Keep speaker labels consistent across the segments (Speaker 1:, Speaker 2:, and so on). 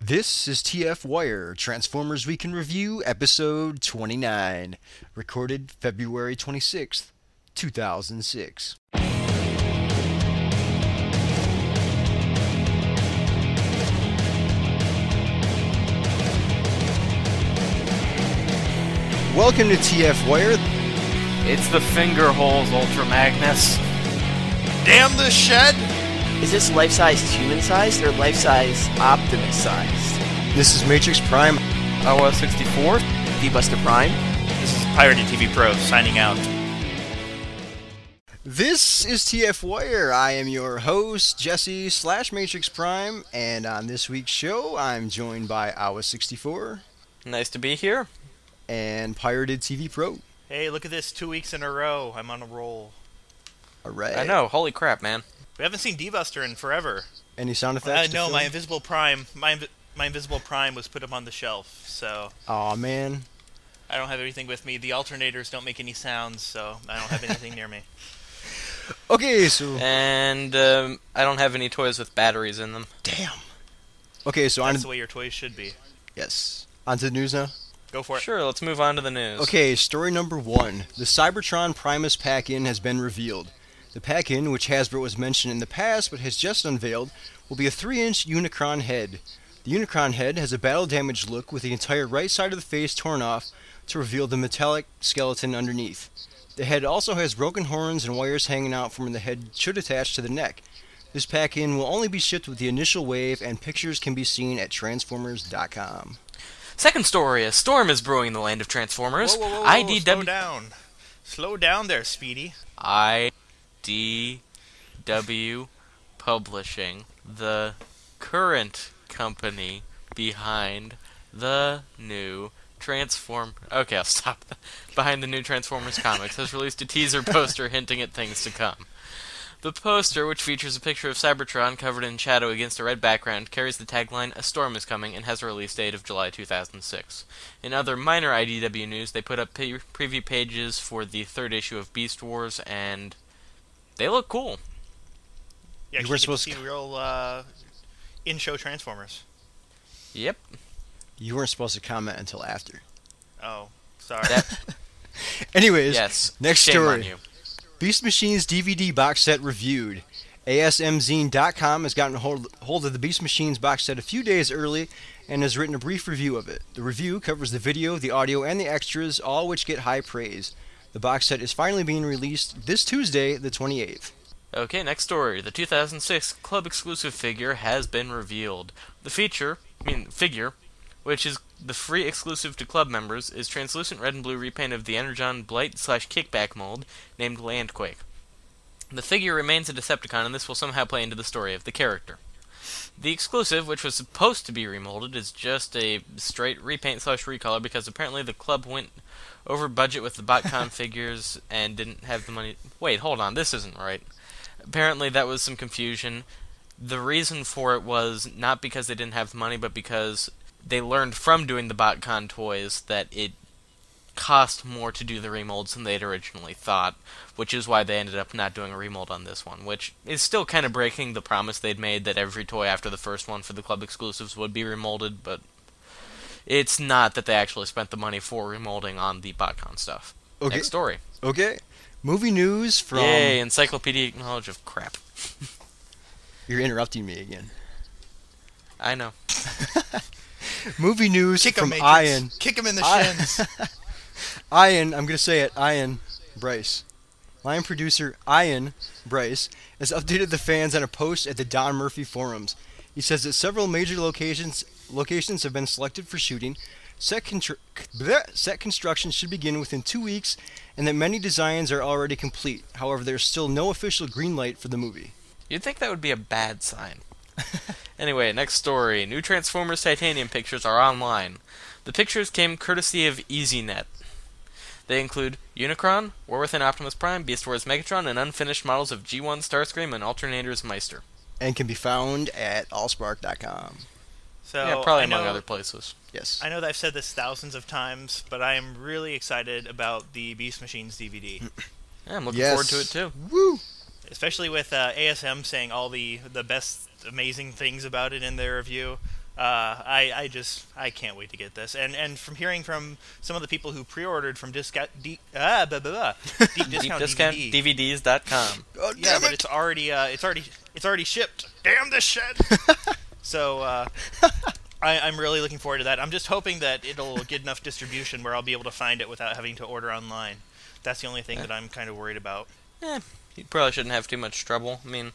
Speaker 1: This is TF Wire, Transformers Week in Review, Episode 29, recorded February 26th, 2006. Welcome to TF Wire.
Speaker 2: It's the finger holes, Ultra Magnus.
Speaker 3: Damn this shed!
Speaker 4: Is this life sized human sized or life size Optimus sized?
Speaker 1: This is Matrix Prime.
Speaker 2: I was 64.
Speaker 4: V Buster Prime?
Speaker 3: This is Pirated TV Pro signing out.
Speaker 1: This is TF Wire. I am your host, Jesse slash Matrix Prime, and on this week's show, I'm joined by Awa64
Speaker 2: Nice to be here.
Speaker 1: and Pirated TV Pro.
Speaker 3: Hey, look at this. Two weeks in a row. I'm on a roll.
Speaker 1: All right.
Speaker 2: I know. Holy crap, man.
Speaker 3: We haven't seen D-Buster in forever.
Speaker 1: Any sound
Speaker 3: Uh,
Speaker 1: effects? to
Speaker 3: no,
Speaker 1: fill
Speaker 3: my
Speaker 1: in?
Speaker 3: Invisible Prime, my, inv- my Invisible Prime was put up on the shelf, so
Speaker 1: Aw, man.
Speaker 3: I don't have anything with me. The alternators don't make any sounds, so I don't have anything near me.
Speaker 1: Okay, so
Speaker 2: And um, I don't have any toys with batteries in them.
Speaker 1: damn. Okay, so on
Speaker 3: That's the way your toys should be.
Speaker 1: yes, on to the news now.
Speaker 3: Go for it.
Speaker 2: Sure, let's move on to the news.
Speaker 1: Okay, story number one. The Cybertron Primus pack-in has been revealed. The pack-in, which Hasbro has mentioned in the past but has just unveiled, will be a 3-inch Unicron head. The Unicron head has a battle-damaged look with the entire right side of the face torn off to reveal the metallic skeleton underneath. The head also has broken horns and wires hanging out from where the head should attach to the neck. This pack-in will only be shipped with the initial wave, and pictures can be seen at Transformers.com.
Speaker 2: Second story a storm is brewing in the land of Transformers.
Speaker 3: Whoa, whoa, whoa, whoa,
Speaker 2: IDW.
Speaker 3: slow down. Slow down there, Speedy.
Speaker 2: IDW Publishing, the current company behind the new Transform. Okay, I'll stop. behind the new Transformers comics has released a teaser poster hinting at things to come. The poster, which features a picture of Cybertron covered in shadow against a red background, carries the tagline "A storm is coming" and has a release date of July 2006. In other minor IDW news, they put up pre- preview pages for the third issue of Beast Wars, and they look cool.
Speaker 3: You actually
Speaker 1: were
Speaker 3: get
Speaker 1: supposed
Speaker 3: to
Speaker 1: to-
Speaker 3: see real uh, in-show Transformers.
Speaker 2: Yep.
Speaker 1: You weren't supposed to comment until after.
Speaker 3: Oh, sorry.
Speaker 2: That,
Speaker 1: Anyways,
Speaker 2: yes.
Speaker 1: next
Speaker 2: Shame
Speaker 1: story.
Speaker 2: on you.
Speaker 1: Beast Machines DVD box set reviewed. ASMzine.com has gotten hold, hold of the Beast Machines box set a few days early and has written a brief review of it. The review covers the video, the audio, and the extras, all which get high praise. The box set is finally being released this Tuesday, the 28th.
Speaker 2: Okay, next story. The 2006 club exclusive figure has been revealed. The feature, I mean figure, which is the free exclusive to club members, is translucent red and blue repaint of the Energon Blight slash Kickback mold named Landquake. The figure remains a Decepticon, and this will somehow play into the story of the character. The exclusive, which was supposed to be remolded, is just a straight repaint slash recolor because apparently the club went over budget with the BotCon figures and didn't have the money. Wait, hold on, this isn't right apparently that was some confusion. The reason for it was not because they didn't have the money, but because they learned from doing the BotCon toys that it cost more to do the remolds than they'd originally thought, which is why they ended up not doing a remold on this one, which is still kind of breaking the promise they'd made that every toy after the first one for the club exclusives would be remolded, but it's not that they actually spent the money for remolding on the BotCon stuff.
Speaker 1: Okay.
Speaker 2: Next story.
Speaker 1: Okay. Movie news from.
Speaker 2: Yay, encyclopedic knowledge of crap.
Speaker 1: You're interrupting me again.
Speaker 2: I know.
Speaker 1: Movie news
Speaker 3: Kick
Speaker 1: from
Speaker 3: him,
Speaker 1: Ian.
Speaker 3: Kick him in the
Speaker 1: I-
Speaker 3: shins.
Speaker 1: Ian, I'm going to say it, Ian Bryce. Lion producer Ian Bryce has updated the fans on a post at the Don Murphy forums. He says that several major locations locations have been selected for shooting. Set, contr- bleh, set construction should begin within two weeks, and that many designs are already complete. However, there's still no official green light for the movie.
Speaker 2: You'd think that would be a bad sign. anyway, next story. New Transformers Titanium pictures are online. The pictures came courtesy of EasyNet. They include Unicron, War with an Optimus Prime, Beast Wars Megatron, and unfinished models of G1 Starscream and Alternators Meister.
Speaker 1: And can be found at allspark.com.
Speaker 3: So
Speaker 2: yeah, probably
Speaker 3: I
Speaker 2: among
Speaker 3: know-
Speaker 2: other places.
Speaker 1: Yes.
Speaker 3: I know that I've said this thousands of times, but I am really excited about the Beast Machines DVD,
Speaker 2: Yeah, I'm looking
Speaker 1: yes.
Speaker 2: forward to it too.
Speaker 1: Woo!
Speaker 3: especially with uh, ASM saying all the the best amazing things about it in their review. Uh, I, I just I can't wait to get this, and and from hearing from some of the people who pre-ordered from discount deep, ah, blah, blah, blah, deep
Speaker 2: Deep
Speaker 3: discount,
Speaker 2: discount
Speaker 3: DVD.
Speaker 2: DVDs.com.
Speaker 1: Oh,
Speaker 3: yeah,
Speaker 1: damn
Speaker 3: but
Speaker 1: it!
Speaker 3: it's already uh, it's already it's already shipped. Damn this shit! so uh, I, I'm really looking forward to that. I'm just hoping that it'll get enough distribution where I'll be able to find it without having to order online. That's the only thing that I'm kind of worried about.
Speaker 2: Eh, you probably shouldn't have too much trouble. I mean,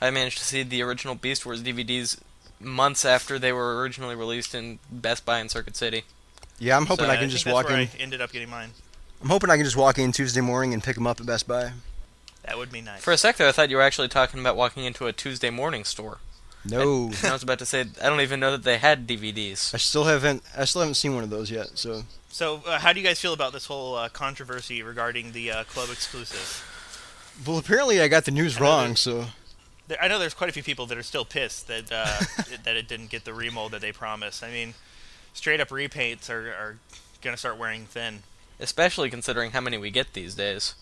Speaker 2: I managed to see the original Beast Wars DVDs months after they were originally released in Best Buy and Circuit City.
Speaker 1: Yeah, I'm hoping
Speaker 2: So,
Speaker 1: I
Speaker 2: I
Speaker 1: can
Speaker 3: think
Speaker 1: just
Speaker 3: that's
Speaker 1: walk in.
Speaker 3: where uh, I ended up getting mine.
Speaker 1: I'm hoping I can just walk in Tuesday morning and pick them up at Best Buy.
Speaker 3: That would be nice.
Speaker 2: For a sec there, I thought you were actually talking about walking into a Tuesday morning store.
Speaker 1: No,
Speaker 2: And I was about to say, I don't even know that they had DVDs.
Speaker 1: I still haven't. I still haven't seen one of those yet. So
Speaker 3: so, uh, how do you guys feel about this whole uh, controversy regarding the uh, club exclusive?
Speaker 1: Well, apparently I got the news
Speaker 3: I know
Speaker 1: wrong,
Speaker 3: that-
Speaker 1: so
Speaker 3: There, I know there's quite a few people that are still pissed that uh, it- that it didn't get the remold that they promised. I mean, straight up repaints are, are gonna start wearing thin.
Speaker 2: Especially considering how many we get these days.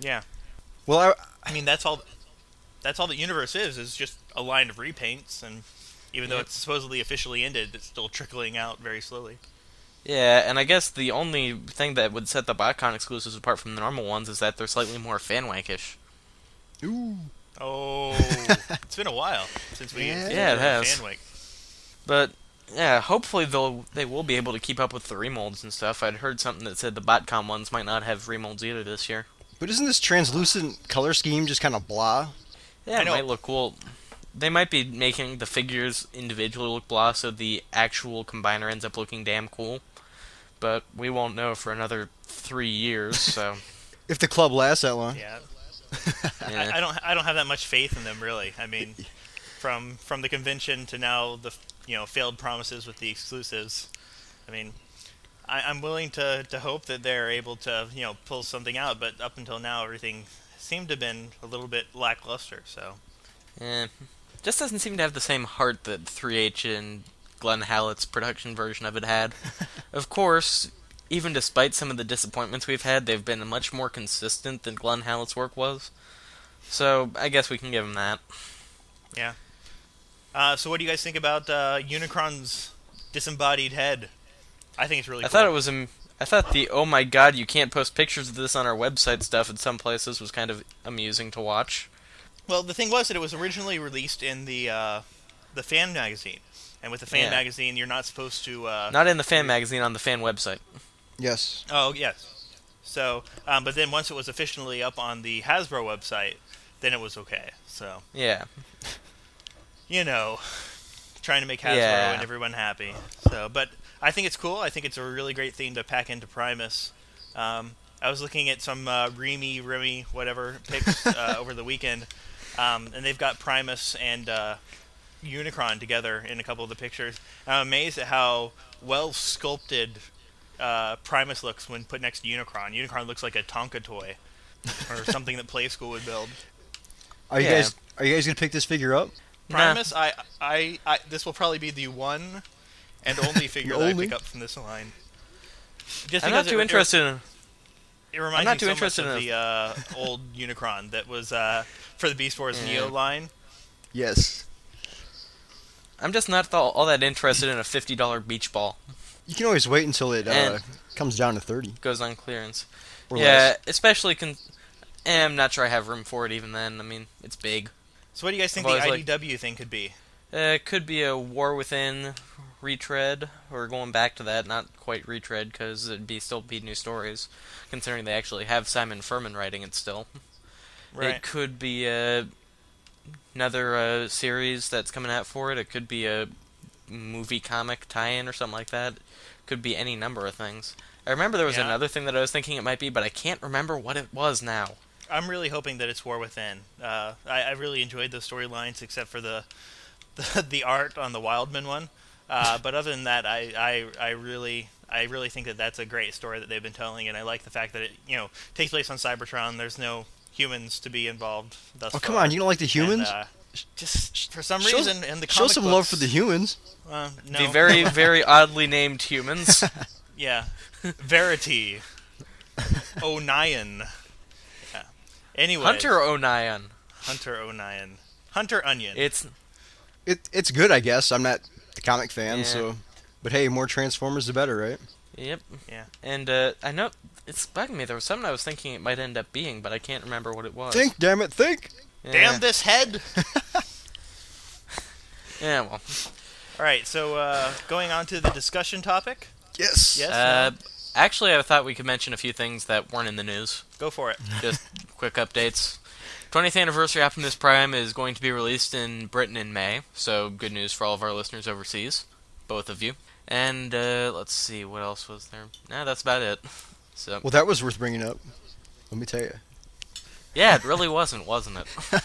Speaker 3: Yeah,
Speaker 1: well, I,
Speaker 3: I mean that's all. That's all the universe is is just a line of repaints, and even though
Speaker 2: Yep.
Speaker 3: it's supposedly officially ended, it's still trickling out very slowly.
Speaker 2: Yeah, and I guess the only thing that would set the Botcon exclusives apart from the normal ones is that they're slightly more fanwankish.
Speaker 1: ooh,
Speaker 3: Oh, it's been a while since we
Speaker 1: Yeah.
Speaker 3: since
Speaker 2: Yeah, it
Speaker 3: we
Speaker 2: has.
Speaker 3: had Fanwick.
Speaker 2: But yeah, hopefully they'll they will be able to keep up with the remolds and stuff. I'd heard something that said the Botcon ones might not have remolds either this year.
Speaker 1: but isn't this translucent color scheme just kind of blah?
Speaker 2: Yeah,
Speaker 3: I
Speaker 2: it
Speaker 3: know.
Speaker 2: might look cool. They might be making the figures individually look blah, so the actual combiner ends up looking damn cool. But we won't know for another three years, so
Speaker 1: If the club lasts that long,
Speaker 3: Yeah,
Speaker 2: yeah.
Speaker 3: I, I don't I don't have that much faith in them really. I mean, from from the convention to now the you know failed promises with the exclusives. I mean, I, I'm willing to to hope that they're able to you know pull something out, but up until now everything seemed to have been a little bit lackluster. So
Speaker 2: Eh, just doesn't seem to have the same heart that 3H and Glenn Hallett's production version of it had. of course, even despite some of the disappointments we've had, they've been much more consistent than Glenn Hallett's work was. So I guess we can give him that.
Speaker 3: yeah. Uh, so what do you guys think about uh, Unicron's disembodied head? I think it's really.
Speaker 2: I thought it
Speaker 3: cool.
Speaker 2: was. am- I thought the oh my god, you can't post pictures of this on our website stuff in some places was kind of amusing to watch.
Speaker 3: Well, the thing was that it was originally released in the uh, the fan magazine, and with the fan
Speaker 2: Yeah.
Speaker 3: magazine, you're not supposed to. Uh,
Speaker 2: Not in the fan magazine, on the fan website.
Speaker 1: yes.
Speaker 3: oh yes. So, um, but then once it was officially up on the Hasbro website, then it was okay. So
Speaker 2: Yeah.
Speaker 3: you know, trying to make Hasbro
Speaker 2: Yeah.
Speaker 3: and everyone happy. So, but I think it's cool. I think it's a really great theme to pack into Primus. Um, I was looking at some uh, Remy, Remy, whatever pics uh, over the weekend, um, and they've got Primus and uh, Unicron together in a couple of the pictures. And I'm amazed at how well sculpted uh, Primus looks when put next to Unicron. Unicron looks like a Tonka toy or something that Play School would build.
Speaker 1: Are you
Speaker 2: Yeah.
Speaker 1: guys are you guys gonna pick this figure up?
Speaker 2: Nah.
Speaker 3: Primus, I, I, I, this will probably be the one and only figure that I
Speaker 1: only?
Speaker 3: pick up from this line. Just because
Speaker 2: I'm not
Speaker 3: it-
Speaker 2: too
Speaker 3: it-
Speaker 2: interested. in...
Speaker 3: It, reminds
Speaker 2: not
Speaker 3: me
Speaker 2: too
Speaker 3: so
Speaker 2: interested
Speaker 3: much
Speaker 2: in
Speaker 3: of the uh, old Unicron that was uh, for the Beast Wars
Speaker 2: Yeah.
Speaker 3: Neo line.
Speaker 1: Yes.
Speaker 2: I'm just not th- all that interested in a fifty dollar beach ball.
Speaker 1: You can always wait until it uh,
Speaker 2: And-
Speaker 1: comes down to thirty
Speaker 2: Goes on clearance.
Speaker 1: or
Speaker 2: yeah,
Speaker 1: less.
Speaker 2: especially. Con- eh, I'm not sure I have room for it even then. I mean, it's big.
Speaker 3: So what do you guys think
Speaker 2: I've
Speaker 3: the
Speaker 2: always liked-
Speaker 3: IDW thing could be?
Speaker 2: Uh, it could be a War Within retread, or going back to that, not quite retread, because it'd be still be new stories, considering they actually have Simon Furman writing it still.
Speaker 3: Right.
Speaker 2: It could be uh, another uh, series that's coming out for it. It could be a movie comic tie-in or something like that. Could be any number of things. I remember there was
Speaker 3: Yeah.
Speaker 2: another thing that I was thinking it might be, but I can't remember what it was now.
Speaker 3: I'm really hoping that it's War Within. Uh, I, I really enjoyed the storylines except for the, the the art on the Wildman one. Uh, but other than that, I, I, I really I really think that that's a great story that they've been telling, and I like the fact that it you know takes place on Cybertron. There's no humans to be involved. Thus
Speaker 1: oh come
Speaker 3: far.
Speaker 1: on, you don't like the humans?
Speaker 3: And, uh, just for some
Speaker 1: Show-
Speaker 3: reason in the
Speaker 1: Show
Speaker 3: comic
Speaker 1: some
Speaker 3: books,
Speaker 1: love for the humans.
Speaker 3: uh, no,
Speaker 2: The very, very oddly named humans.
Speaker 3: Yeah. Verity. Onion. Yeah. Anyway.
Speaker 2: Hunter Onion.
Speaker 3: Hunter Onion. Hunter Onion.
Speaker 2: It's
Speaker 1: It it's good, I guess. I'm not the comic fan.
Speaker 2: Yeah.
Speaker 1: So, but hey, more Transformers the better, right?
Speaker 2: Yep.
Speaker 3: Yeah.
Speaker 2: And uh, I know it's bugging me. There was something I was thinking it might end up being, but I can't remember what it was.
Speaker 1: Think, damn it, think.
Speaker 2: yeah.
Speaker 3: Damn this head!
Speaker 2: Yeah. Well.
Speaker 3: All right, so uh, going on to the discussion topic.
Speaker 1: Yes.
Speaker 3: Yes.
Speaker 2: Uh,
Speaker 3: Matt?
Speaker 2: actually, I thought we could mention a few things that weren't in the news.
Speaker 3: go for it.
Speaker 2: Just quick updates. 20th anniversary Optimus Prime is going to be released in Britain in May, so good news for all of our listeners overseas, both of you. And uh, let's see, what else was there? Nah, that's about it. So
Speaker 1: Well, that was worth bringing up. Let me tell you.
Speaker 2: yeah, it really wasn't, wasn't it?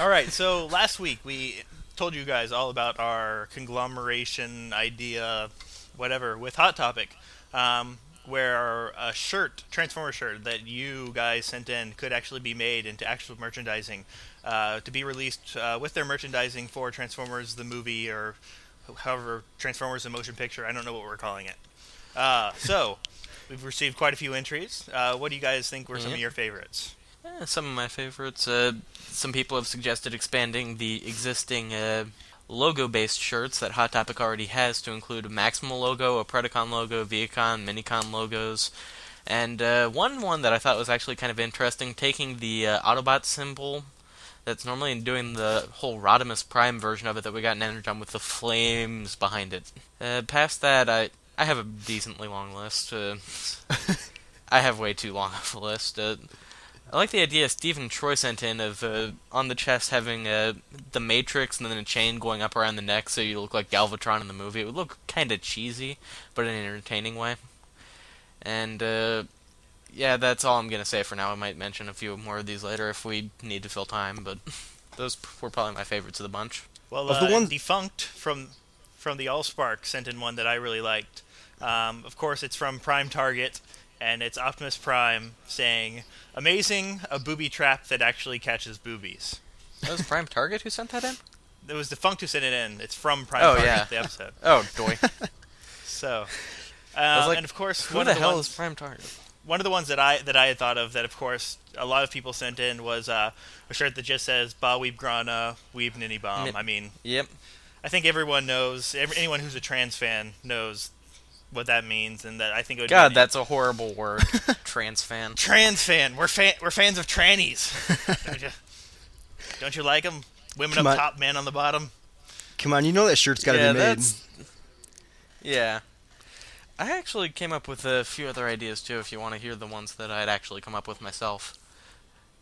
Speaker 3: All right, so last week we told you guys all about our conglomeration idea, whatever, with Hot Topic, um, where a shirt, Transformer shirt, that you guys sent in could actually be made into actual merchandising uh, to be released uh, with their merchandising for Transformers the movie or however, Transformers the motion picture. I don't know what we're calling it. Uh, so, we've received quite a few entries. Uh, what do you guys think were some of
Speaker 2: Yeah.
Speaker 3: your favorites?
Speaker 2: Eh, some of my favorites. Uh, some people have suggested expanding the existing uh, logo-based shirts that Hot Topic already has to include a Maximal logo, a Predacon logo, Viacon, Minicon logos, and uh, one one that I thought was actually kind of interesting, taking the uh, Autobot symbol that's normally doing the whole Rodimus Prime version of it that we got in Energon with the flames behind it. Uh, past that, I I have a decently long list. Uh, I have way too long of a list. Uh, I like the idea Stephen Troy sent in of uh, on the chest having uh, the Matrix and then a chain going up around the neck so you look like Galvatron in the movie. It would look kind of cheesy, but in an entertaining way. And uh, yeah, that's all I'm going to say for now. I might mention a few more of these later if we need to fill time, but those p- were probably my favorites of the bunch.
Speaker 3: Well,
Speaker 1: Of the
Speaker 3: uh,
Speaker 1: ones-
Speaker 3: defunct from from the Allspark sent in one that I really liked. Um, of course, it's from Prime Target, and it's Optimus Prime saying, "Amazing, a booby trap that actually catches boobies."
Speaker 2: That was Prime Target who sent that in?
Speaker 3: It was defunct who sent it in. It's from Prime
Speaker 2: Oh,
Speaker 3: Target,
Speaker 2: yeah.
Speaker 3: the episode.
Speaker 2: Oh, doy.
Speaker 3: So,
Speaker 2: was
Speaker 3: um,
Speaker 2: like,
Speaker 3: and of course,
Speaker 2: Who
Speaker 3: one
Speaker 2: the
Speaker 3: of the
Speaker 2: hell
Speaker 3: ones,
Speaker 2: is Prime Target?
Speaker 3: one of the ones that I that I had thought of that, of course, a lot of people sent in was uh, a shirt that just says "Ba Weeb Grana Weeb Ninny Bomb."
Speaker 2: Nip.
Speaker 3: I mean,
Speaker 2: Yep.
Speaker 3: I think everyone knows. Every, anyone who's a trans fan knows what that means, and that I think it would be
Speaker 2: God,
Speaker 3: an-
Speaker 2: that's a horrible word. Trans fan.
Speaker 3: trans fan. We're fan. We're fans of trannies. don't, you, don't you like them? Women
Speaker 1: Come
Speaker 3: up
Speaker 1: on.
Speaker 3: top, men on the bottom.
Speaker 1: Come on, you know that shirt's got to
Speaker 2: yeah,
Speaker 1: be made.
Speaker 2: That's, yeah. I actually came up with a few other ideas too, if you want to hear the ones that I had actually come up with myself.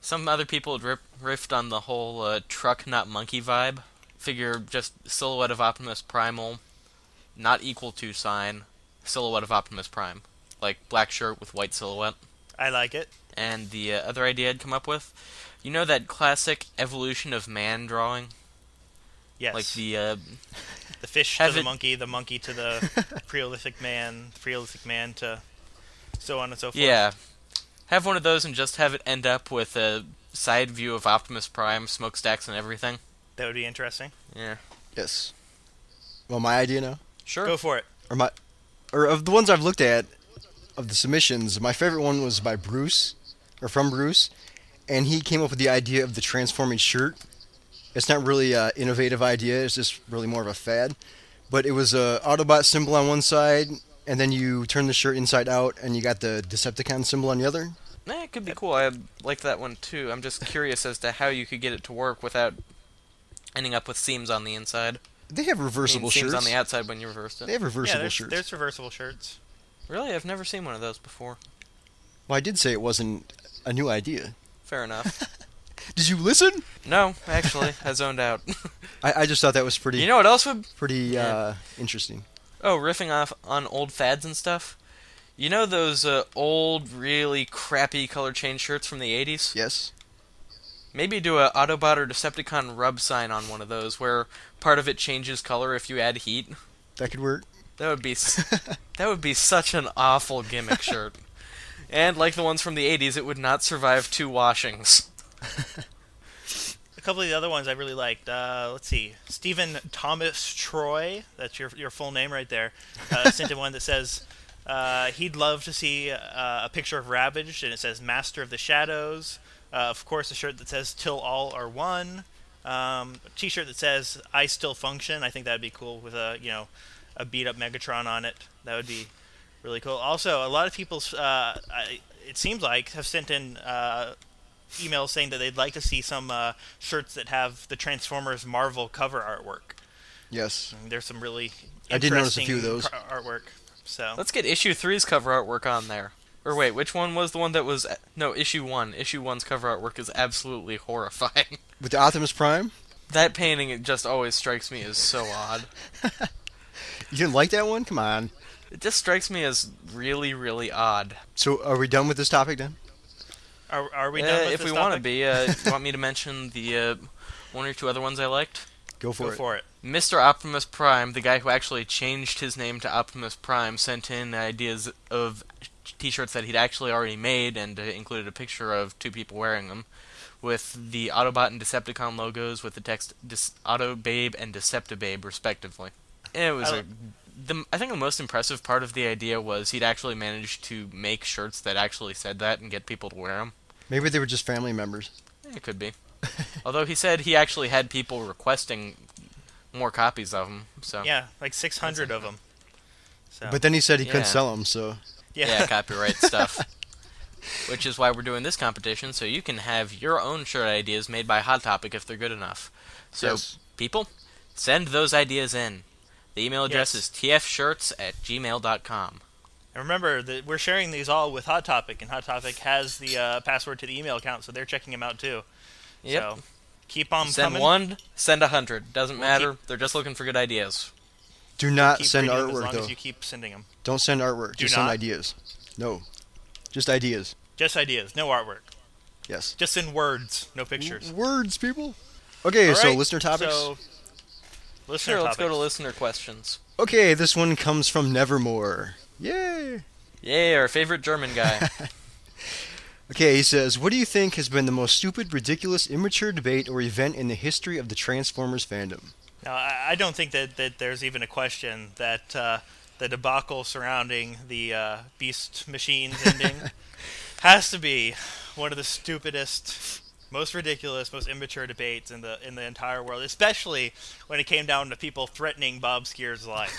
Speaker 2: Some other people had rip, riffed on the whole uh, truck, not monkey vibe. Figure just silhouette of Optimus Primal, not equal to sign, silhouette of Optimus Prime. Like black shirt with white silhouette
Speaker 3: I like it.
Speaker 2: and the uh, other idea I'd come up with. You know that classic evolution of man drawing,
Speaker 3: Yes.
Speaker 2: like the uh,
Speaker 3: The fish
Speaker 2: have
Speaker 3: to the
Speaker 2: it-
Speaker 3: monkey, the monkey to the Preolithic man, the Preolithic man to so on and so forth.
Speaker 2: yeah, have one of those and just have it end up with a side view of Optimus Prime, smokestacks, and everything.
Speaker 3: That would be interesting.
Speaker 2: Yeah,
Speaker 1: yes. Well, my idea now,
Speaker 2: sure.
Speaker 3: Go for it.
Speaker 1: or my, or of the ones I've looked at, of the submissions, my favorite one was by Bruce, or from Bruce, and he came up with the idea of the transforming shirt. It's not really an innovative idea; it's just really more of a fad. But it was a Autobot symbol on one side, and then you turn the shirt inside out, and you got the Decepticon symbol on the other.
Speaker 2: Eh, it could be cool. I like that one too. I'm just curious as to how you could get it to work without ending up with seams on the inside.
Speaker 1: They have
Speaker 2: I mean,
Speaker 1: reversible
Speaker 2: seams
Speaker 1: shirts.
Speaker 2: on the outside when you reversed
Speaker 1: They
Speaker 2: it.
Speaker 1: have reversible
Speaker 3: yeah, there's,
Speaker 1: shirts.
Speaker 3: there's reversible shirts.
Speaker 2: Really, I've never seen one of those before.
Speaker 1: Well, I did say it wasn't a new idea.
Speaker 2: Fair enough.
Speaker 1: Did you listen?
Speaker 2: no, actually, I zoned out.
Speaker 1: I, I just thought that was pretty
Speaker 2: you know what else would
Speaker 1: pretty
Speaker 2: Yeah.
Speaker 1: uh, interesting.
Speaker 2: Oh, riffing off on old fads and stuff. You know those uh, old, really crappy color change shirts from the 80s?
Speaker 1: Yes.
Speaker 2: Maybe do a Autobot or Decepticon rub sign on one of those, where part of it changes color if you add heat.
Speaker 1: That could work.
Speaker 2: That would be s- that would be such an awful gimmick shirt. And like the ones from the 80s, it would not survive two washings.
Speaker 3: A couple of the other ones I really liked. Uh, let's see, Stephen Thomas Troy. That's your your full name right there. Uh, sent in one that says uh, he'd love to see uh, a picture of Ravaged, and it says Master of the Shadows. Uh, of course, a shirt that says Till All Are One. um, a T-shirt that says "I still function." I think that'd be cool with a you know a beat up Megatron on it. That would be really cool. Also, a lot of people, uh, I, it seems like, have sent in uh, emails saying that they'd like to see some uh, shirts that have the Transformers Marvel cover artwork.
Speaker 1: Yes.
Speaker 3: There's some really interesting
Speaker 1: I did notice a few of those.
Speaker 3: car- artwork. So
Speaker 2: Let's get issue three's cover artwork on there. Or wait, which one was the one that was no issue one? Issue one's cover artwork is absolutely horrifying.
Speaker 1: With the Optimus Prime?
Speaker 2: that painting it just always strikes me as so odd.
Speaker 1: You didn't like that one? Come on.
Speaker 2: It just strikes me as really, really odd.
Speaker 1: So are we done with this topic then?
Speaker 3: are, are we
Speaker 2: Uh,
Speaker 3: done with
Speaker 2: if
Speaker 3: this
Speaker 2: we want to
Speaker 3: topic?
Speaker 2: be, uh, you want me to mention the uh, one or two other ones I liked?
Speaker 1: Go for
Speaker 3: go
Speaker 1: it.
Speaker 3: for it.
Speaker 2: Mr. Optimus Prime, the guy who actually changed his name to Optimus Prime, sent in ideas of t-shirts that he'd actually already made and uh, included a picture of two people wearing them with the Autobot and Decepticon logos with the text Dis- Autobabe and Deceptibabe respectively. And it was
Speaker 3: I
Speaker 2: a, the I think the most impressive part of the idea was he'd actually managed to make shirts that actually said that and get people to wear them.
Speaker 1: Maybe they were just family members.
Speaker 2: It could be. Although he said he actually had people requesting more copies of them. So
Speaker 3: Yeah, like 600 of them. So
Speaker 1: But then he said he couldn't
Speaker 2: Yeah.
Speaker 1: sell them, so
Speaker 3: yeah,
Speaker 2: yeah, copyright stuff. Which is why we're doing this competition, so you can have your own shirt ideas made by Hot Topic if they're good enough. So,
Speaker 1: Yes.
Speaker 2: people, send those ideas in. The email address
Speaker 3: Yes.
Speaker 2: is tfshirts at gmail.com.
Speaker 3: And remember that we're sharing these all with Hot Topic, and Hot Topic has the uh, password to the email account, so they're checking them out too.
Speaker 2: Yep.
Speaker 3: So keep on
Speaker 2: send
Speaker 3: coming.
Speaker 2: one, send a hundred. Doesn't
Speaker 3: We'll
Speaker 2: matter. They're just looking for good ideas.
Speaker 1: do not
Speaker 3: Keep
Speaker 1: send
Speaker 3: reading 'em as
Speaker 1: artwork
Speaker 3: long
Speaker 1: though.
Speaker 3: as you keep sending them.
Speaker 1: Don't send artwork.
Speaker 3: Do
Speaker 1: just send
Speaker 3: not?
Speaker 1: ideas. No. Just ideas.
Speaker 3: Just ideas, no artwork.
Speaker 1: Yes.
Speaker 3: Just in words, no pictures.
Speaker 1: Words, people. Okay,
Speaker 3: All
Speaker 1: so
Speaker 3: right,
Speaker 1: listener topics.
Speaker 3: So, listener
Speaker 2: Sure, let's go to
Speaker 3: topics.
Speaker 2: listener questions.
Speaker 1: Okay, this one comes from Nevermore. Yay.
Speaker 2: Yay, our favorite German guy.
Speaker 1: Okay, he says, What do you think has been the most stupid, ridiculous, immature debate or event in the history of the Transformers fandom?
Speaker 3: Now, I, I don't think that, that there's even a question that uh, the debacle surrounding the uh, Beast Machines ending has to be one of the stupidest, most ridiculous, most immature debates in the in the entire world, especially when it came down to people threatening Bob Skier's life.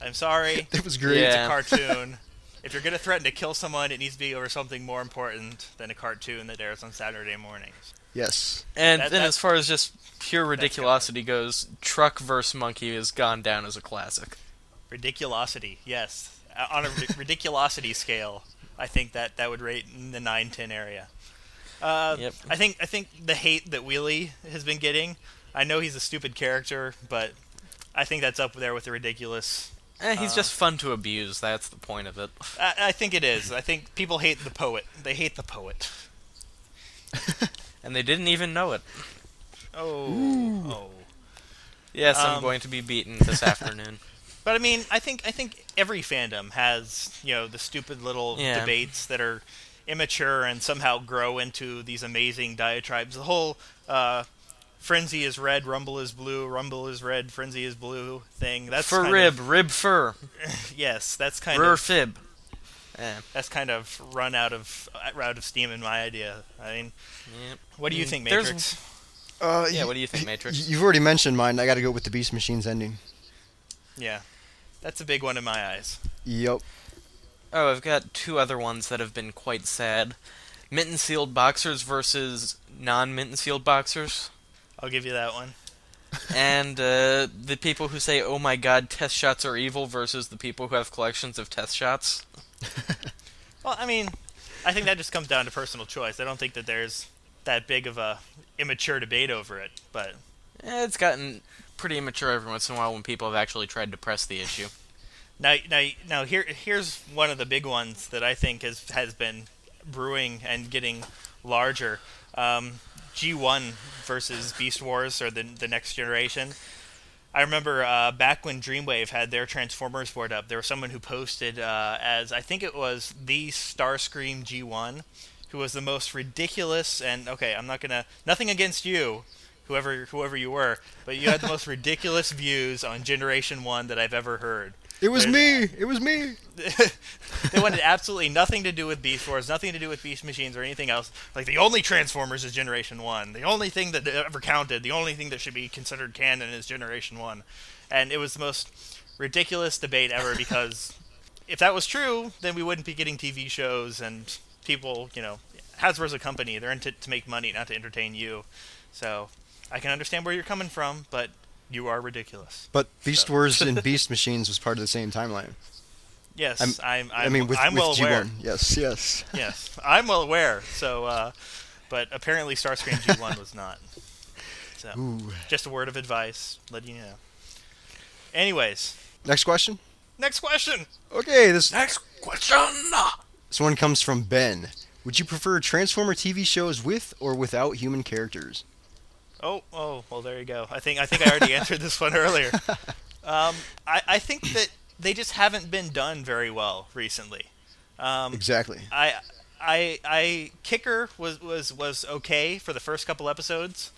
Speaker 3: I'm sorry,
Speaker 1: That was great.
Speaker 2: Yeah.
Speaker 3: it's a cartoon. If you're going to threaten to kill someone, it needs to be over something more important than a cartoon that airs on Saturday mornings.
Speaker 1: Yes.
Speaker 2: And
Speaker 3: That-
Speaker 2: then,
Speaker 3: that-
Speaker 2: as far as just pure
Speaker 3: That's
Speaker 2: ridiculosity goes, Truck versus Monkey has gone down as a classic.
Speaker 3: Ridiculosity, yes. Uh, On a ridic- ridiculosity scale, I think that that would rate in the 9 10 area. Uh,
Speaker 2: Yep.
Speaker 3: I think I think the hate that Wheelie has been getting. I know he's a stupid character, but I think that's up there with the ridiculous.
Speaker 2: Eh, he's
Speaker 3: Uh,
Speaker 2: just fun to abuse. That's the point of it.
Speaker 3: I, I think it is. I think people hate the poet. They hate the poet.
Speaker 2: And they didn't even know it.
Speaker 3: Oh, oh.
Speaker 2: Yes, I'm
Speaker 3: Um,
Speaker 2: going to be beaten this afternoon.
Speaker 3: But I mean, I think I think every fandom has you know the stupid little
Speaker 2: Yeah.
Speaker 3: debates that are immature and somehow grow into these amazing diatribes. The whole uh, "frenzy is red, rumble is blue, rumble is red, frenzy is blue" thing—that's
Speaker 2: fur rib, rib fur,
Speaker 3: yes, that's kind
Speaker 2: rur
Speaker 3: of
Speaker 2: fib. Eh,
Speaker 3: that's kind of run out of run out of steam in my idea. I mean,
Speaker 2: yep.
Speaker 3: what do you
Speaker 2: Mm,
Speaker 3: think,
Speaker 2: there's-
Speaker 3: Matrix?
Speaker 1: Uh,
Speaker 2: Yeah, what do you think, Matrix?
Speaker 1: You've already mentioned mine. I got to go with the Beast Machines ending.
Speaker 3: Yeah, that's a big one in my eyes.
Speaker 1: Yep.
Speaker 2: Oh, I've got two other ones that have been quite sad. Mint and sealed boxers versus non mint and sealed boxers.
Speaker 3: I'll give you that one.
Speaker 2: and uh, the people who say, "Oh my God, test shots are evil," versus the people who have collections of test shots.
Speaker 3: Well, I mean, I think that just comes down to personal choice. I don't think that there's that big of a immature debate over it, but
Speaker 2: Eh, it's gotten pretty immature every once in a while when people have actually tried to press the issue.
Speaker 3: now now now here here's one of the big ones that I think has has been brewing and getting larger. Um, G1 versus Beast Wars or the the next generation. I remember uh, back when Dreamwave had their Transformers board up, there was someone who posted uh, as I think it was the Starscream G1, who was the most ridiculous and okay, I'm not gonna nothing against you, whoever whoever you were, but you had the most ridiculous views on Generation One that I've ever heard.
Speaker 1: It was me. It was me.
Speaker 3: they wanted absolutely nothing to do with Beast Wars, nothing to do with Beast Machines or anything else. Like the only Transformers is Generation One. The only thing that ever counted, the only thing that should be considered canon is Generation One, and it was the most ridiculous debate ever because if that was true, then we wouldn't be getting TV shows and people. You know, Hasbro's a company; they're in it to make money, not to entertain you. So I can understand where you're coming from, but you are ridiculous.
Speaker 1: But Beast Wars and Beast Machines was part of the same timeline.
Speaker 3: Yes,
Speaker 1: I'm-
Speaker 3: I'm. I'm,
Speaker 1: i mean, with,
Speaker 3: I'm
Speaker 1: with
Speaker 3: well
Speaker 1: G1.
Speaker 3: aware.
Speaker 1: Yes, yes.
Speaker 3: yes, I'm well aware. So, uh, but apparently Starscream G1 was not. So,
Speaker 1: Ooh.
Speaker 3: just a word of advice, let you know. Anyways,
Speaker 1: Next question.
Speaker 3: next question.
Speaker 1: Okay, this
Speaker 2: Next question.
Speaker 1: this one comes from Ben. Would you prefer Transformer TV shows with or without human characters?
Speaker 3: Oh, oh, well, there you go. I think I think I already answered this one earlier. Um, I, I think that they just haven't been done very well recently. Um,
Speaker 1: Exactly.
Speaker 3: I I I kicker was was was okay for the first couple episodes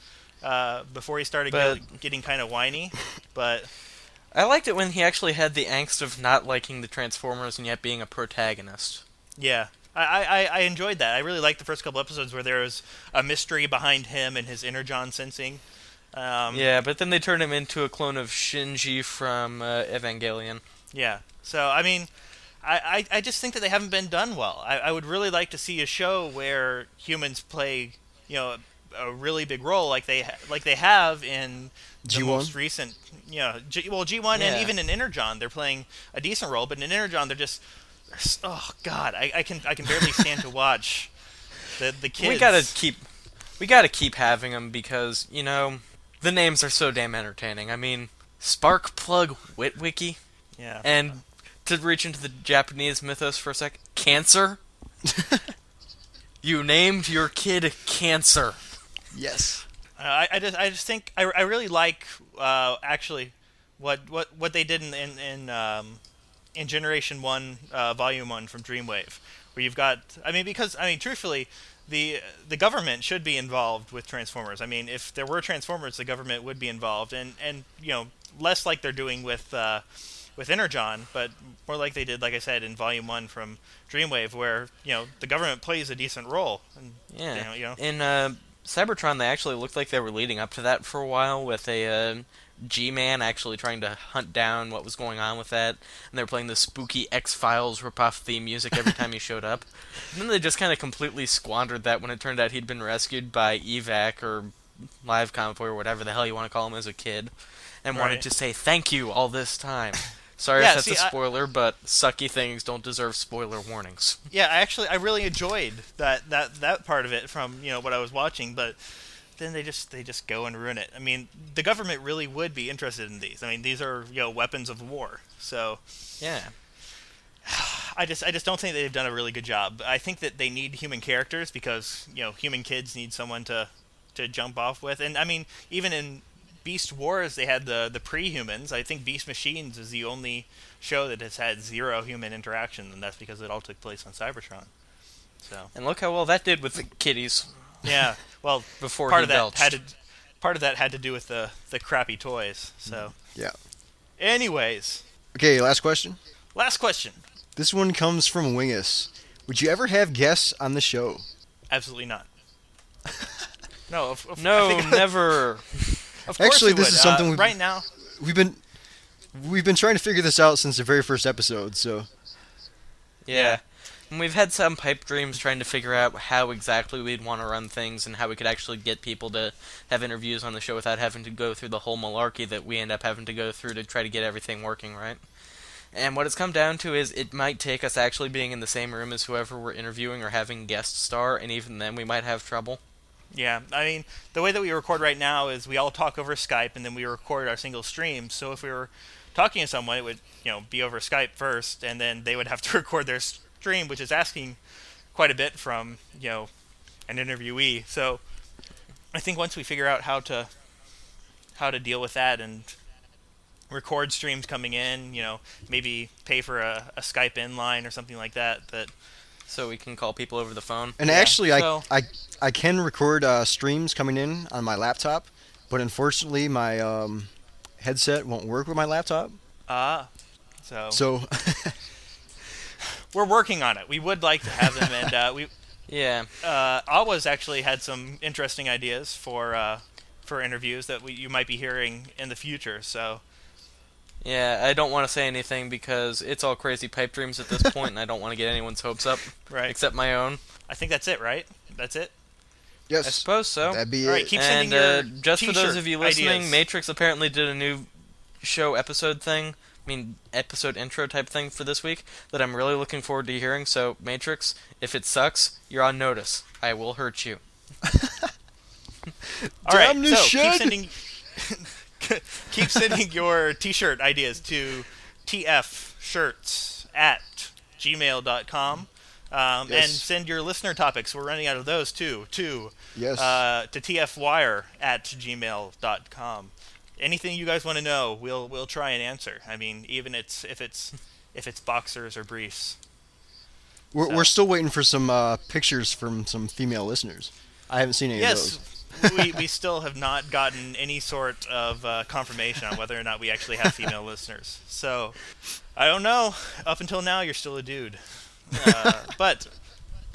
Speaker 3: uh, before he started
Speaker 2: But-
Speaker 3: get- getting kind of whiny, but
Speaker 2: I liked it when he actually had the angst of not liking the Transformers and yet being a protagonist.
Speaker 3: yeah. I, I- I, I enjoyed that. I really liked the first couple episodes where there was a mystery behind him and his energon sensing. Um,
Speaker 2: Yeah, but then they turned him into a clone of Shinji from uh, Evangelion.
Speaker 3: Yeah. So I mean, I, I, I just think that they haven't been done well. I, I would really like to see a show where humans play you know a, a really big role like they ha- like they have in the
Speaker 1: G1?
Speaker 3: most recent you know G, well G one and
Speaker 2: Yeah.
Speaker 3: even in Energon they're playing a decent role, but in Energon they're just they're s- oh god I, I can I can barely stand to watch the the kids.
Speaker 2: We gotta keep, we gotta keep having them because you know, the names are so damn entertaining. I mean, Sparkplug Witwiki,
Speaker 3: yeah.
Speaker 2: and to reach into the Japanese mythos for a sec, Cancer. you named your kid Cancer.
Speaker 1: Yes.
Speaker 3: Uh, I, I just I just think I, I really like uh, actually what, what what they did in in in, um, in Generation One uh, Volume One from Dreamwave, where you've got I mean because I mean truthfully the the government should be involved with Transformers. I mean if there were Transformers, the government would be involved, and and you know less like they're doing with. Uh, with Energon, but more like they did, like I said, in Volume One from Dreamwave, where you know the government plays a decent role. And,
Speaker 2: Yeah.
Speaker 3: You know,
Speaker 2: In uh, Cybertron, they actually looked like they were leading up to that for a while with a uh, G-Man actually trying to hunt down what was going on with that, and they were playing the spooky X-Files rip-off theme music every time he showed up. And then they just kind of completely squandered that when it turned out he'd been rescued by Evac or Live Convoy or whatever the hell you want to call him as a kid, and wanted
Speaker 3: Right.
Speaker 2: to say thank you all this time. Sorry
Speaker 3: Yeah,
Speaker 2: if that's
Speaker 3: see,
Speaker 2: a
Speaker 3: I-
Speaker 2: spoiler, but sucky things don't deserve spoiler warnings.
Speaker 3: yeah, I actually I really enjoyed that that that part of it from you know what I was watching, but then they just they just go and ruin it. I mean, the government really would be interested in these. I mean, these are you know weapons of war. So
Speaker 2: Yeah.
Speaker 3: I just I just don't think they've done a really good job. I think that they need human characters because you know human kids need someone to to jump off with. And I mean, even in Beast Wars, they had the the pre-humans. I think Beast Machines is the only show that has had zero human interaction, and that's because it all took place on Cybertron. So.
Speaker 2: And look how well that did with the kiddies.
Speaker 3: Yeah. Well,
Speaker 2: Before
Speaker 3: part
Speaker 2: he
Speaker 3: of that
Speaker 2: belched.
Speaker 3: had to, part of that had to do with the the crappy toys. So,
Speaker 1: Yeah.
Speaker 3: anyways,
Speaker 1: Okay, last question.
Speaker 3: last question.
Speaker 1: This one comes from Wingus. Would you ever have guests on the show?
Speaker 3: Absolutely not. No, of, of, I
Speaker 2: No,
Speaker 3: think-
Speaker 2: never.
Speaker 3: Of course
Speaker 1: Actually,
Speaker 3: we
Speaker 1: this
Speaker 3: would.
Speaker 1: is something
Speaker 3: Uh,
Speaker 1: we-
Speaker 3: right now.
Speaker 1: We've been we've been trying to figure this out since the very first episode. So
Speaker 2: Yeah. And we've had some pipe dreams trying to figure out how exactly we'd want to run things and how we could actually get people to have interviews on the show without having to go through the whole malarkey that we end up having to go through to try to get everything working right. And what it's come down to is it might take us actually being in the same room as whoever we're interviewing or having guest star, and even then we might have trouble.
Speaker 3: Yeah, I mean, the way that we record right now is we all talk over Skype and then we record our single stream. So if we were talking to someone, it would you know be over Skype first, and then they would have to record their stream, which is asking quite a bit from you know an interviewee. So I think once we figure out how to how to deal with that and record streams coming in, you know, maybe pay for a, a Skype inline or something like that. That
Speaker 2: So we can call people over the phone.
Speaker 1: and
Speaker 3: Yeah,
Speaker 1: actually,
Speaker 2: so-
Speaker 1: I I I can record uh, streams coming in on my laptop, but unfortunately, my um, headset won't work with my laptop.
Speaker 3: ah So,
Speaker 1: So
Speaker 3: we're working on it. We would like to have them, and uh, we
Speaker 2: Yeah.
Speaker 3: uh, Awas actually had some interesting ideas for uh, for interviews that we, you might be hearing in the future. So
Speaker 2: Yeah, I don't want to say anything because it's all crazy pipe dreams at this point, and I don't want to get anyone's hopes up,
Speaker 3: Right.
Speaker 2: Except my own.
Speaker 3: I think that's it, right? That's it.
Speaker 1: yes,
Speaker 2: I suppose so.
Speaker 1: that'd be
Speaker 3: All right,
Speaker 1: it.
Speaker 3: keep
Speaker 2: and
Speaker 3: sending
Speaker 2: uh,
Speaker 3: your
Speaker 2: just for those
Speaker 3: t-shirt
Speaker 2: of you listening,
Speaker 3: ideas.
Speaker 2: Matrix apparently did a new show episode thing. I mean, episode intro type thing for this week that I'm really looking forward to hearing. So, Matrix, if it sucks, you're on notice. I will hurt you.
Speaker 3: All right,
Speaker 1: Damn this
Speaker 3: so
Speaker 1: shit.
Speaker 3: keep sending keep sending your t-shirt ideas to tfshirts at gmail.com um, and
Speaker 1: Yes.
Speaker 3: send your listener topics we're running out of those too to
Speaker 1: Yes.
Speaker 3: uh, to tfwire at gmail.com anything you guys want to know we'll we'll try and answer i mean even it's if it's if it's boxers or briefs
Speaker 1: We're,
Speaker 3: So-
Speaker 1: we're still waiting for some uh, pictures from some female listeners. I haven't seen any of those.
Speaker 3: Yes, we, we still have not gotten any sort of uh, confirmation on whether or not we actually have female listeners. So I don't know. Up until now, you're still a dude. Uh, but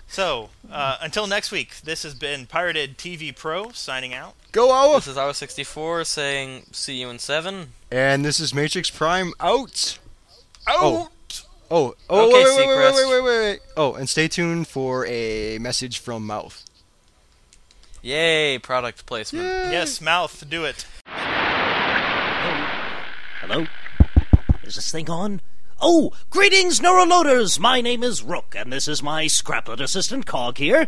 Speaker 3: so uh, until next week, this has been Pirated TV Pro signing out.
Speaker 1: Go
Speaker 2: This
Speaker 1: out!
Speaker 2: is Hour 64 saying, see you in seven.
Speaker 1: And this is Matrix Prime out. Oh. Oh, oh, wait,
Speaker 2: Okay,
Speaker 1: wait, wait, wait,
Speaker 2: Seacrest.
Speaker 1: wait, wait, wait, wait. Oh, and stay tuned for a message from Mouth.
Speaker 2: Yay, product placement.
Speaker 3: Yes, mouth, do it.
Speaker 5: Hello? Is this thing on? Oh, greetings, neuroloaders! My name is Rook, and this is my scraplet assistant Cog here.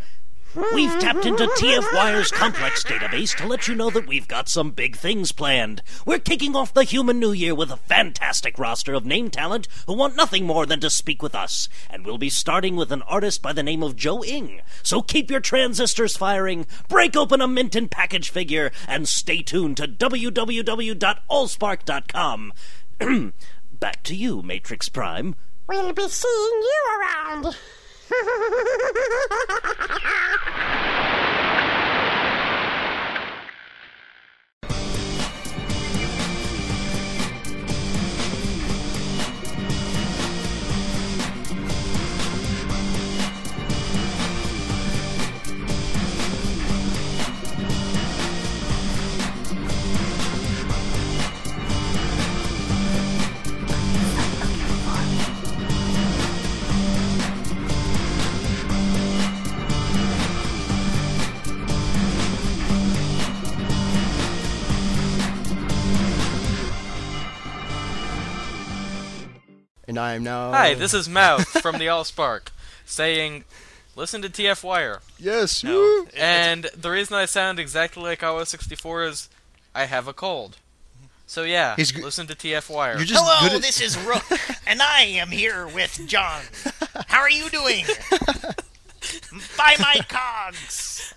Speaker 5: We've tapped into TF Wire's complex database to let you know that we've got some big things planned. We're kicking off the human new year with a fantastic roster of name talent who want nothing more than to speak with us. And we'll be starting with an artist by the name of Joe Ing. So keep your transistors firing, break open a mint and package figure, and stay tuned to www.allspark.com. Back to you, Matrix Prime.
Speaker 6: We'll be seeing you around.
Speaker 1: And I am now.
Speaker 2: Hi, this is Mouth from the AllSpark saying, listen to TF Wire.
Speaker 1: Yes.
Speaker 3: No,
Speaker 1: woo.
Speaker 3: it-
Speaker 2: And the reason I sound exactly like Hour 64 is I have a cold. So, yeah,
Speaker 1: He's g-
Speaker 2: listen to TF Wire.
Speaker 1: You're just good at-
Speaker 7: this is Rook, and I am here with John. How are you doing? By my cogs.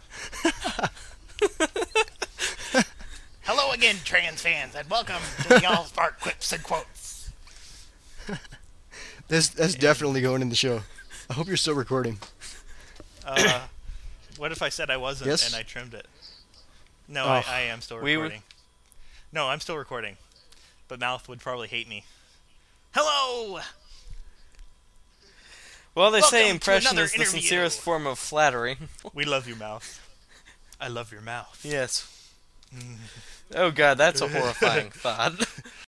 Speaker 7: Hello again, trans fans, and welcome to the All Spark Quips and Quotes.
Speaker 1: That's, that's definitely going in the show. I hope you're still recording.
Speaker 3: uh, what if I said I wasn't
Speaker 1: Yes?
Speaker 3: and I trimmed it? No, I,
Speaker 1: Oh.
Speaker 3: I am still
Speaker 2: We
Speaker 3: recording.
Speaker 2: were-
Speaker 3: No, I'm still recording. But mouth would probably hate me. Hello.
Speaker 2: well, they
Speaker 7: Welcome
Speaker 2: say
Speaker 7: to
Speaker 2: impression
Speaker 7: another
Speaker 2: is the
Speaker 7: interview.
Speaker 2: sincerest form of flattery.
Speaker 3: We love you, mouth. I love your mouth.
Speaker 2: yes. Oh, God, that's a horrifying thought.